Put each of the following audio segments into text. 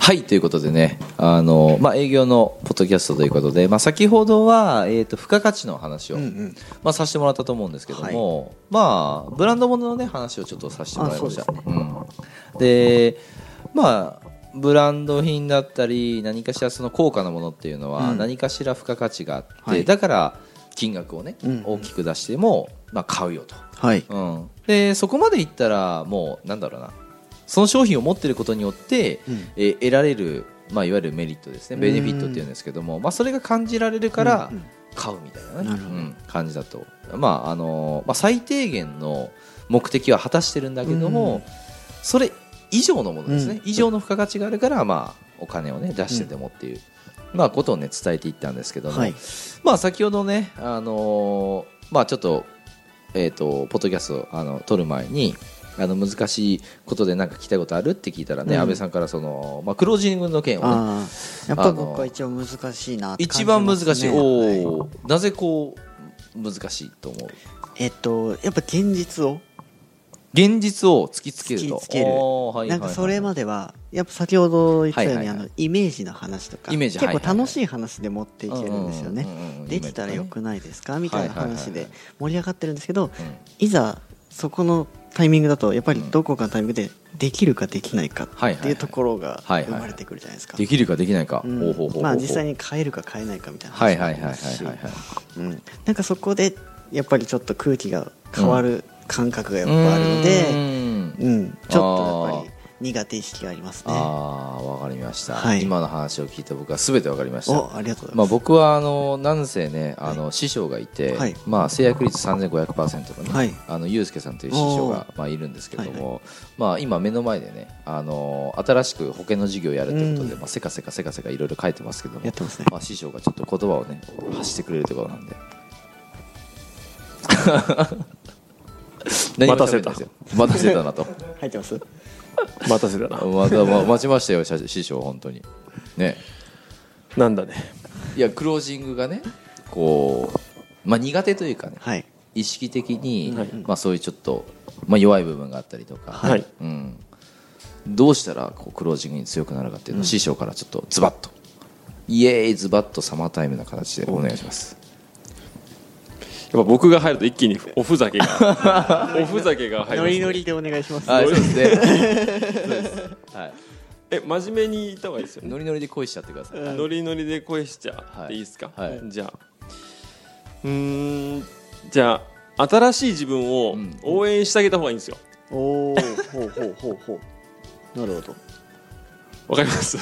はいということでねあの、まあ、営業のポッドキャストということで、まあ、先ほどは、えー、と付加価値の話を、うんうんまあ、させてもらったと思うんですけども、まあ、ブランドものの、ね、話をちょっとさせてもらいました。あそうですうんでまあブランド品だったり何かしらその高価なものっていうのはうん何かしら付加価値があって、はいだから金額をね、うんうん大きく出しても、まあ、買うよと、はいうん、でそこまでいったらもうなんだろうなその商品を持っていることによって、うんえー得られる、まあ、いわゆるメリットですねベネフィットっていうんですけども、まあ、それが感じられるからうんうん買うみたいな,、ねなるほどうん感じだと、まああのーまあ、最低限の目的は果たしてるんだけども、うんそれ以上のものですね、うん以上の付加価値があるから、まあ、お金を、ね、出してでもっていう、まあ、ことを、ね、伝えていったんですけども、はいまあ、先ほどね、あのーまあ、ちょっと,、えー、とポッドキャストをあの撮る前にあの難しいことでなんか聞きたいことあるって聞いたらね、うん安倍さんからその、まあ、クロージングの件を、ね、ああやっぱ僕は一番難しいなって感一じま番すね難しい、おはいお、なぜこう難しいと思うえっとやっぱ現実を現実を突きつけると突きつけるおーはいなんはかいはいそれまではやっぱ先ほど言ったようはいにはあいはいのイメージの話とかイメージ結構はいはいはい楽しい話で持っていけるんですよねうんうんうんうんできたらよくないですかみたいな話はいではい盛り上がってるんですけうどんいざそこのタイミングだとやっぱりどこかのタイミングでできるかできないかはいはいっはていいうところがはいはい生まれてくるじゃないですかできるかできないか、うんほうほうほうほうまあ実際に変えるか変えないかみたいなはい話もはあいりはいはいはますいはしいうんなんかそこでやっぱりちょっと空気が変わる感覚がやっぱあるので、うーんうん、ちょっとやっぱり苦手意識がありますね。ああわかりました、はい今の話を聞いて僕は全てわかりましたおありがとうござまいまあ、す。僕はあのなんせねあの師匠がいて、はいまあ、成約率3500%のね、はいあのゆうすけさんという師匠がまあいるんですけども、まあ、今目の前でねあの新しく保険の授業をやるということで、うんまあ、せかせかせかせかいろいろ書いてますけどもやってますね。まあ、師匠がちょっと言葉をね発してくれるところなん で何も喋んないですよ待たせたなと入ってます。待たせたなまたま待ちましたよ師師匠本当にねなんだねいやクロージングがねこう、まあ、苦手というかねはい。意識的に、はいまあ、そういうちょっと、まあ、弱い部分があったりとか、はいうん、どうしたらこうクロージングに強くなるかっていうのを、師匠からちょっとズバッとイエーイズバッとサマータイムな形でお願いしますやっぱ僕が入ると一気におふざけがおふざけが入るノリノリでお願いします。あはそうい。ですねそうですはいえ真面目に言った方がいいですよ ねノリノリで恋しちゃってください、ノリノリで声しちゃっていいですか、はいじゃあうーんじゃあ新しい自分をん応援してあげた方がいいんですよおお、ほうほうほうほう。なるほど。わかります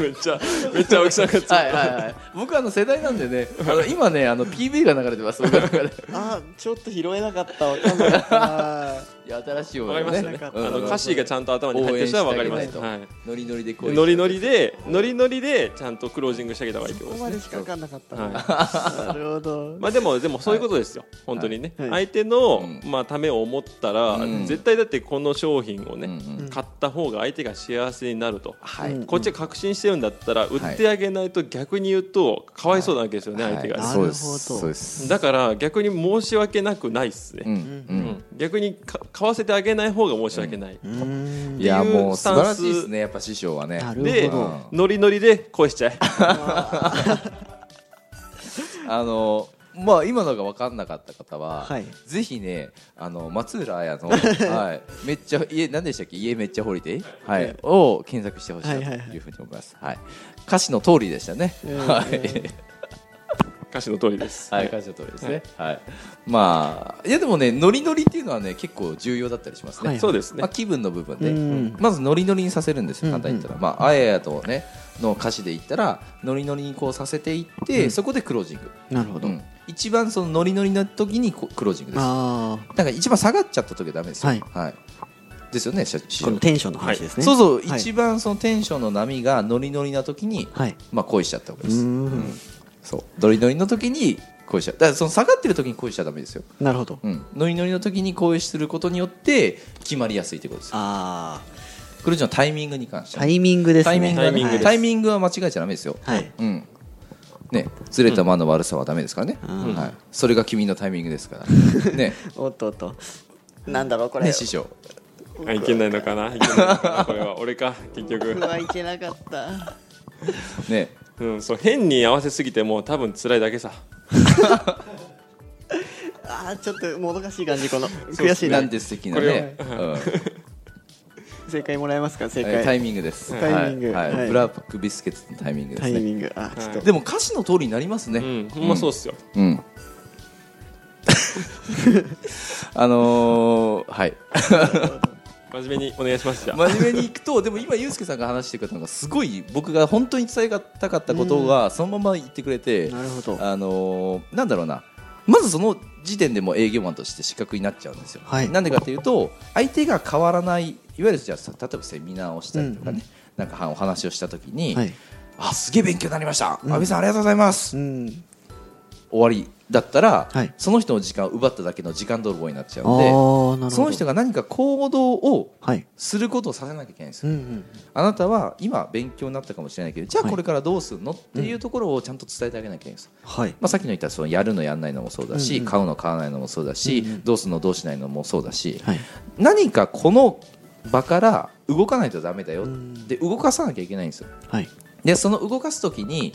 めっちゃめっちゃ青木さんがつはいはいはい僕あの世代なんでねあの今ねあの PV が流れてます僕の中であー、ちょっと拾えなかった。わかんなか った。いや新しいわ思かいをりまねしたねうんあの歌詞がちゃんと頭に入ってる人はわかりま応援してす、あげなはいい、ノリノリで恋しちゃノってリノリでノリノリでちゃんとクロージングしてあげた方がいいってそことこまですねでしかわかんなかった。はなるほど。まあでもでもそういうことですよ、本当にね、はい相手の、うんまあ、ためを思ったら、うん絶対だってこの商品をね、うんうん買った方が相手が幸せになると、はい、うんこっちが確信してるんだったら売いってあげないと逆に言うとかわいそうなわけですよね、相手が、なるほどそうですそうですだから逆に申し訳なくないっうすね、んううんん逆にか買わせてあげない方が申し訳ない、うーんい。やもう素晴らしいでっていうスタンスすねやっぱ師匠はねなでるほど。うんノリノリで恋しちゃえあのまあ今のが分かんなかった方は、はいぜひねあの松浦彩 の、はい、めっちゃ家何でしたっけ家めっちゃホリデー、はいを検索してほしいなはいはいとはいいうふうに思います、はい歌詞の通りでしたね、うんはい歌詞の通りです、はい、歌詞の通りですね、はい、まあいやでもねノリノリっていうのはね結構重要だったりしますね、はいそうですね、まあ、気分の部分で、うんまずノリノリにさせるんですようんうん簡単に言ったら、まああややとねの歌詞で言ったらノリノリにこうさせていって、そこでクロージング、なるほど。うん一番そのノリノリの時にこうクロージングですあなんか一番下がっちゃった時はダメですよはいですよね社市場あ、このテンションの話ですね。そうそう、はい一番そのテンションの波がノリノリな時に、はい。まあ恋しちゃったわけうです、ーん。そうノリノリの時に恋しちゃうだからその下がってる時に恋しちゃダメですよ、なるほど。うん、ノリノリの時に恋することによって決まりやすいってことですあクロージングのタイミングに関してあ、タイミングですね。タイミングはねタイミングですタイミングは間違えちゃダメですよ。はい。うん。ね、ずれた間の悪さはダメですからね。うんはい。そ れが君のタイミングですから。ね、おっとおっと。なんだろうこれ。ね師匠。あいけないのかないけないのかなこれは俺か結局僕はいけなかったねうんそう変に合わせすぎてもう多分辛いだけさあーちょっともどかしい感じこのそう悔っしいななんです的なこれね、うん正解もらえますか正えータ解イミングですタイミングはいはいはいブラックビスケッツのタイミングでタすイねミングあーちょっとでも歌詞の通りになりますうねんほんまそうっすようん、 あのーはい真面目にお願いしますじゃあ真面目にいくとでも今ユうスケさんが話してくれたのがすごい僕が本当に伝えたかったことがそのまま言ってくれて、なるほどあのーなんだろうなまずその時点でもう営業マンとして資格になっちゃうんですよ、はいなんでかというと相手が変わらないいわゆるじゃあ例えばセミナーをしたりとかね、なんかはお話をした時に、はいあすげえ勉強になりました阿部、さんありがとうございます、うん終わりだったら、はいその人の時間を奪っただけの時間泥棒になっちゃああうんなるほどでその人が何か行動をはいすることをさせなきゃいけないんですようんうんあなたは今勉強になったかもしれないけどじゃあはいこれからどうするのっていうところをちゃんと伝えてあげなきゃいけないんですよ、はいまあ、さっきの言ったそのやるのやらないのもそうだし、うんうん買うの買わないのもそうだし、うんうんどうするのどうしないのもそうだし、はい何かこの場から動かないとダメだようんで動かさなきゃいけないんですよはいでその動かす時に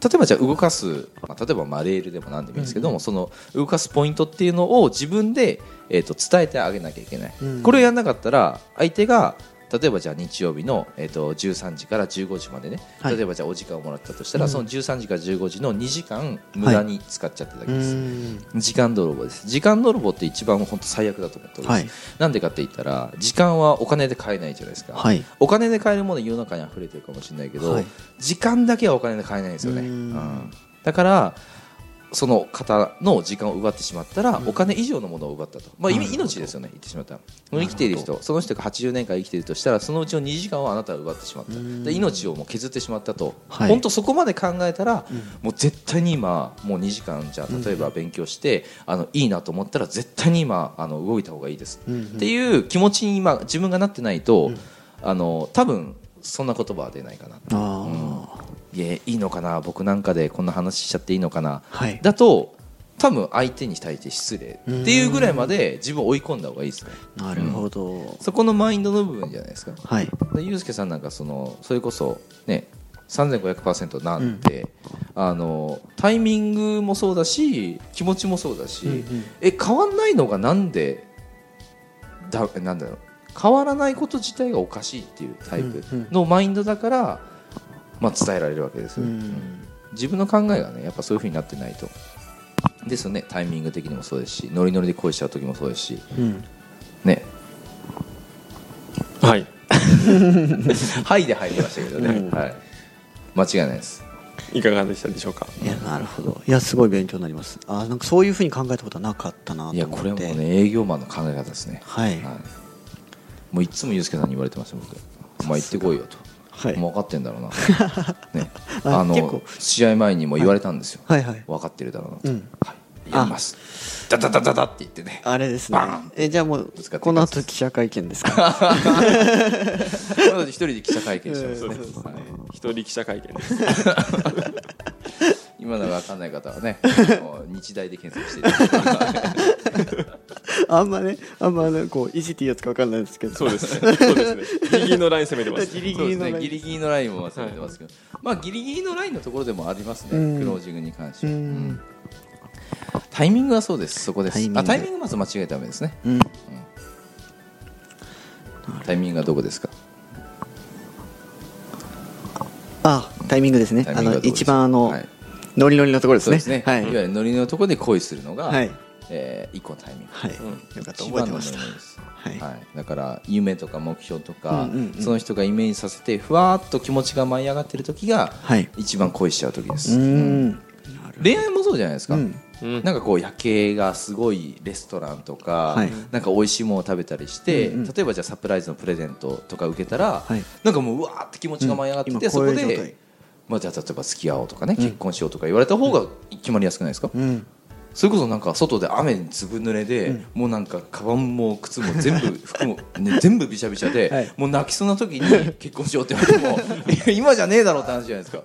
例えばじゃあ動かす、まあ、例えばまあレールでも何でもいいんですけども、その動かすポイントっていうのを自分で、えー、と伝えてあげなきゃいけない、うんこれをやらなかったら相手が例えばじゃあ日曜日の、えー、と13時から15時までね、はい例えばじゃあお時間をもらったとしたら、うんその13時から15時の2時間無駄に使っちゃっただけうです、ん時間泥棒です時間泥棒って一番本当最悪だと思っております、はいなんでかって言ったら時間はお金で買えないじゃないですか、はいお金で買えるもの世の中に溢れてるかもしれないけど、はい時間だけはお金で買えないんですよね、ううんんだからその方の時間を奪ってしまったら、お金以上のものを奪ったと、まあ、なるほど命ですよね言ってしまったら生きている人その人が80年間生きているとしたらそのうちの2時間をあなたは奪ってしまったうんで命をもう削ってしまったと、はい本当そこまで考えたら、うんもう絶対に今もう2時間じゃあ例えば勉強して、あのいいなと思ったら絶対に今あの動いた方がいいです、うんうんっていう気持ちに今自分がなってないと、うんあの多分そんな言葉は出ないかなああいやいいのかな僕なんかでこんな話しちゃっていいのかなはいだと多分相手に対して失礼っていうぐらいまで自分を追い込んだ方がいいですねなるほどそこのマインドの部分じゃないですかはいでユうスケさんなんかそのそれこそね3500%なんて、あのタイミングもそうだし気持ちもそうだし、うんうんえ変わんないのがなんでだなんだろう変わらないこと自体がおかしいっていうタイプうんうんのマインドだから、まあ、伝えられるわけですうよ、ん自分の考えがねやっぱそういうふうになってないとですよねタイミング的にもそうですしノリノリで恋しちゃう時もそうですしうん ねはいはいで入りましたけどね、うんはい、間違いないですいかがでしたでしょうかいやなるほどいやすごい勉強になりますあーなんかそういうふうに考えたことはなかったなと思っていやこれはもうね営業マンの考え方ですね、はいはい、もういつもユうスケさんに言われてました僕「お前行ってこいよ」とは「いもう分かってんだろうな」ね ああ結の構試合前にも言われたんですよはいはい分かってるだろうなとうんはいやりますダダダダダって言ってねあれですねバーンえじゃあもうぶつかっていくこの後記者会見で すかなので一人で記者会見してますねうんそうですねはい一人記者会見です今のが分かんない方は ねあの日大で検索していただいてあんまねあんまねこういじっていいやつかわかんないですけどそうですねそうですね右のライン攻めてます ギリそギうですリのラインねギリギリのラインも忘れてますけど、まあギリギリのラインのところでもありますね、うんクロージングに関してうは、んうんタイミングはそうですそこですタイミングあタイミングまず間違えたらダメですねうんタイミングはどこですかあタイミングですねタイミあングはどのこです一番あのはいノリノリのところでそすうねですね、、はいいわゆるノリのところで恋するのが、はいえー一個のタイミング、はいうんよかった覚えてました一番のノリですはいはい、だから夢とか目標とか、うんうんうんその人がイメージさせてふわーっと気持ちが舞い上がってる時が、はい一番恋しちゃう時です、うーん恋愛もそうじゃないですか、うんうんなんかこう夜景がすごいレストランとか、はいなんか美味しいものを食べたりして、うんうん例えばじゃあサプライズのプレゼントとか受けたら、はいなんかもううわーって気持ちが舞い上がってて、うん今そこうこいう状態で、まあ、じゃあ例えば付き合おうとかね結婚しようとか言われた方が決まりやすくないですか、うんそれこそなんか外で雨にずぶ濡れで、もうなんかカバンも靴も全部服も、 ね、全部びしゃびしゃで、はいもう泣きそうな時 に結婚しようって言われてもいや今じゃねえだろうって話じゃないですか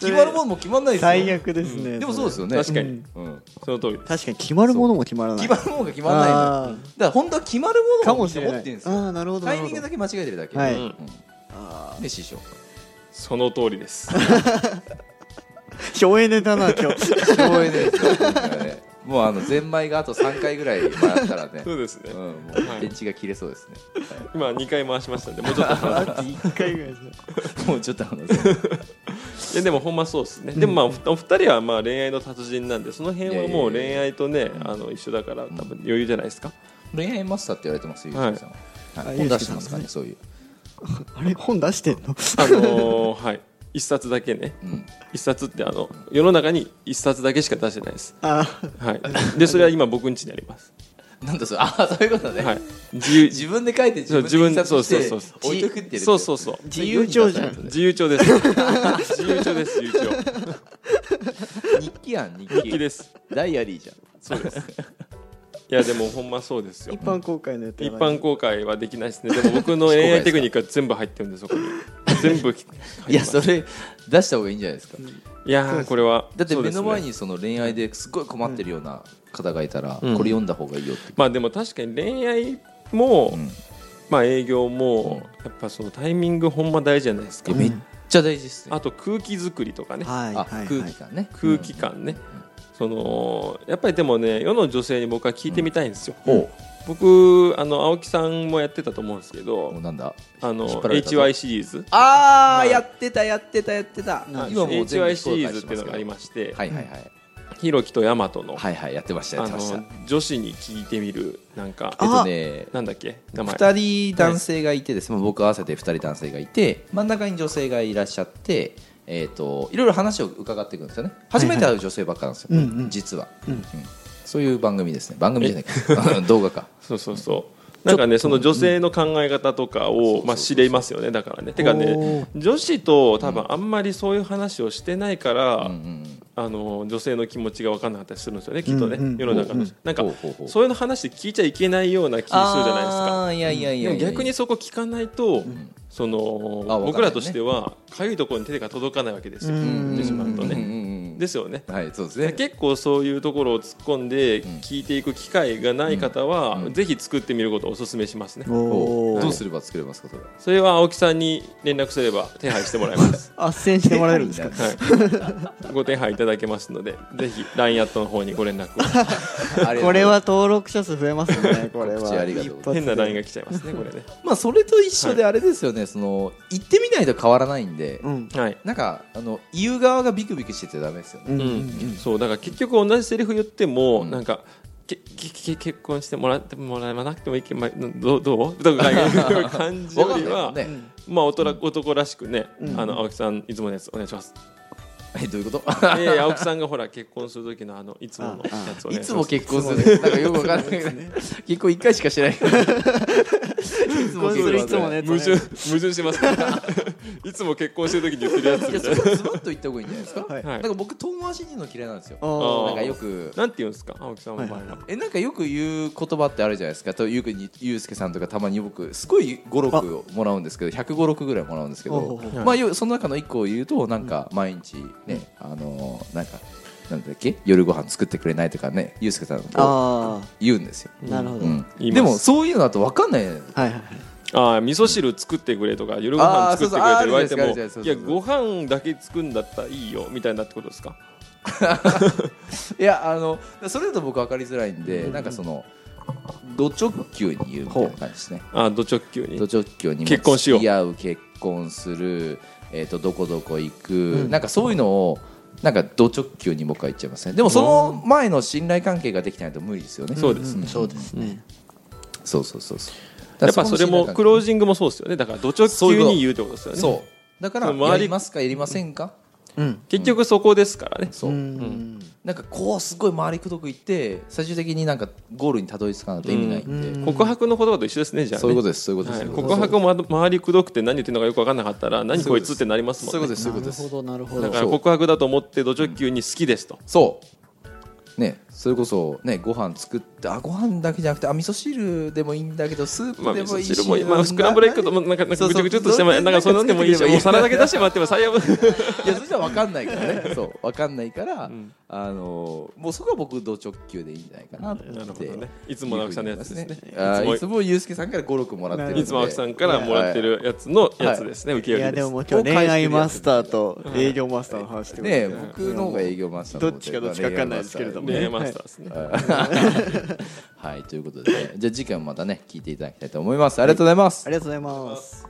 決まるもんも決まんないですよ最悪ですねでもそうですよね確かにうんその通りです確かに決まるものも決まらない決まるものが決まらないのよあーだから本当は決まるものかをも持っしてれないるんですよああなるほどタなイるミングほどだけ間違えてるだけ、はいうんあで師匠その通りですー省エネだな今日省エネですよ今回ね もうあのゼンマイがあと3回ぐらい回ったら ねそうですねうん、もうはい電池が切れそうですね、今2回回しましたんでもうちょっと話あと1回ぐらいですね もうちょっと話せないいやでもほんまそうですね、でもまあお二お二人はまあ恋愛の達人なんでその辺はもういやいやいや恋愛とねあの一緒だから多分余裕じゃないですか、恋愛マスターって言われてますよ、はいゆうすけさんは、はい、あ本出してますからねゆそういう、あれ本出してんのあのーはい一冊だけねうん、一冊ってあの世の中に一冊だけしか出してないですあはいでそれは今僕ん家にありますなんだそれああそういうことね、はい自由自分で書いてそう自自分分ででそう印刷しそうてそう置いとくってそうそうそう自由帳じゃん自由帳です自由帳です自由日記やん日帳記日記ですダイアリーじゃんそうですいやでもほんまそうですよ一般公開の予定一は般公開はできないですねでも 僕の恋愛テクニックは全部入ってるんでそこに全部入ってますいやそれ出した方がいいんじゃないですかいやーこれはだってそう目ですねの前にその恋愛ですごい困ってるような方がいたらこうれん読んだ方がいいよってまあでも確かに恋愛も、うんまあ営業もやっぱそのタイミングほんま大事じゃないでいすか、やめっちゃ大事ですねあと空気作りとかねはいあはい空は気い感ね空気感ね、そのやっぱりでもね世の女性に僕は聞いてみたいんですよ、お僕あの青木さんもやってたと思うんですけど、おなんだあの引っ張られたぞ HY シリーズあはーいやってたやってたやってたなんで今もう全部 HY シリーズっていうのがあり紹介しましてすけどはいはいはいひろきとヤマトの,、はいはいやってましたやあってましたの女子に聞いてみるなんかえっあとねなんだっけ名前2人男性がいてですね、僕合わせて2人男性がいて真ん中に女性がいらっしゃって、えー、といろいろ話を伺っていくんですよね初めて会う女性ばっかなんですよ、うんうん実は、うんうんそういう番組ですね番組じゃないかうん動画かそうそうそうなんかねその女性の考え方とかを、まあ、知れますよねだからねてかね女子と多分あんまりそういう話をしてないから、うんうんあの女性の気持ちが分からなかったりするんですよねきっとね、うんうん世の中の、うんうんなんかほうほうほうそういうの話って聞いちゃいけないような気するじゃないですかあーいやいやいでやもいや逆にそこ聞かないと、そのあわかんないね僕らとしてはかゆいところに手が届かないわけですよ、うん言ってしまうとうんうんね、うんですよねはいそうですね結構そういうところを突っ込んで聞いていく機会がない方は、うんぜひ作ってみることをお勧めしますね、おどおうすれば作れますかそれはそれは青木さんに連絡すれば手配してもら います、あっせんしてもらえるんですかはい、ご手配いただけますのでぜひ LINE アットの方にご連絡 をこれは登録者数増えますねこれ告知はありがとうござ変な LINE が来来ちゃいますねこ れねまあそれと一緒であれですよね、その行ってみないと変わらないんで、うんはいなんかあの言う側がビクビクしててダメですよね、うんううんん、そうだから結局同じセリフ言っても、うんなんかけけけ結婚してもらってもらえなくてもいいけどま あどうどうとかいう感じよりは、 わかんないもんねまあ男男らしくね、うんあの青木さんいつものやつお願い します。えどういうこといやいや青木さんがほら結婚する時のあのいつものやつおい願いつしまもす。結婚するなんかよくわかんない結婚一回しかしてないからいつも結す婚るいつもね矛盾矛盾してますから いつも結婚してる時に言ってるやついやみそ たいれはズバッと言った方がいいんじゃないですか、はいな。はいなんか僕遠回しに言うの嫌いなんですよあーなんーかよくなんて言うんですか青木さんの場合は。えなんかよく言う言葉ってあるじゃないですかとゆうくにゆうすけさんとかたまに僕すごい56をもらうんですけど156ぐらいもらうんですけほうどほう、ほうまあよ、その中の1個を言うとなんか毎日ね、あのーなんかなんだっけ夜ご飯作ってくれないとかねゆうすけさんとあ言うんですよ、ーなるほどうはん、言いますでもそういうのだと分かんないじゃないいはいはいああ味噌汁作ってくれとか夜ご飯作ってくれって言われてあーそうそうあるじゃないですかあもいるじゃやないですかご飯だけ作るんだったらいいよみたいなってことですかいやあのそれだと僕分かりづらいんで、なんかそのド直球に言うみたいな感じですねあード直球にド直球に結婚しよう付き合う結婚する、えー、とどこどこ行く、なんかそういうのをなんかド直球に僕は言っちゃいますねでもその前の信頼関係ができてないと無理ですよね、そうですねんそうですねそうそうそうそうやっぱそれもクロージジングもそうですよねだからド直球に言うってことですよねそうだから周りやりますかやりませんか、うん結局そこですからね、そううんなんかこうすごい回りくどくいって最終的になんかゴールにたどり着かないと意味ないんで、うんうん告白の言葉と一緒ですねじゃあねそういうことですそういうことです、はそいういうこと告です白も周りくどくて何言ってるのかよく分かんなかったら何こいつってなりますもんねそういうことですなるほどなるほだだどから告白だと思ってド直球に好きですと、そうねそれこそねご飯作ってあご飯だけじゃなくてあ味噌汁でもいいんだけどスーまあ、プで味も噌いいし、汁もいい、まあ、スクランブルエッグともなんかなんかそうぐそうちゅぐちゅっとしてもなんかそんなのでもいいしどうもでもいいう皿だけ出してもらっても最悪 いやそれじゃ分かんないから ねそう分かんないから、んあのもうそこは僕ド直球でいいんじゃないかなと思なるっほてどねいつもの青木さんのやつですねいあーいいつつもユうスケさんから56もらってるんでいつも青木さんからもらってるやつのやつですね、受いけ売やりでですももう今日恋愛マスターと営業マスターの話ってことねで僕の方が営業マスターどっちかどっちか分かんないですけれどもねねレイマスターですね、はいということで、ね、じゃあ次回もまたね聞いていただきたいと思いますありがとうございますありがとうございます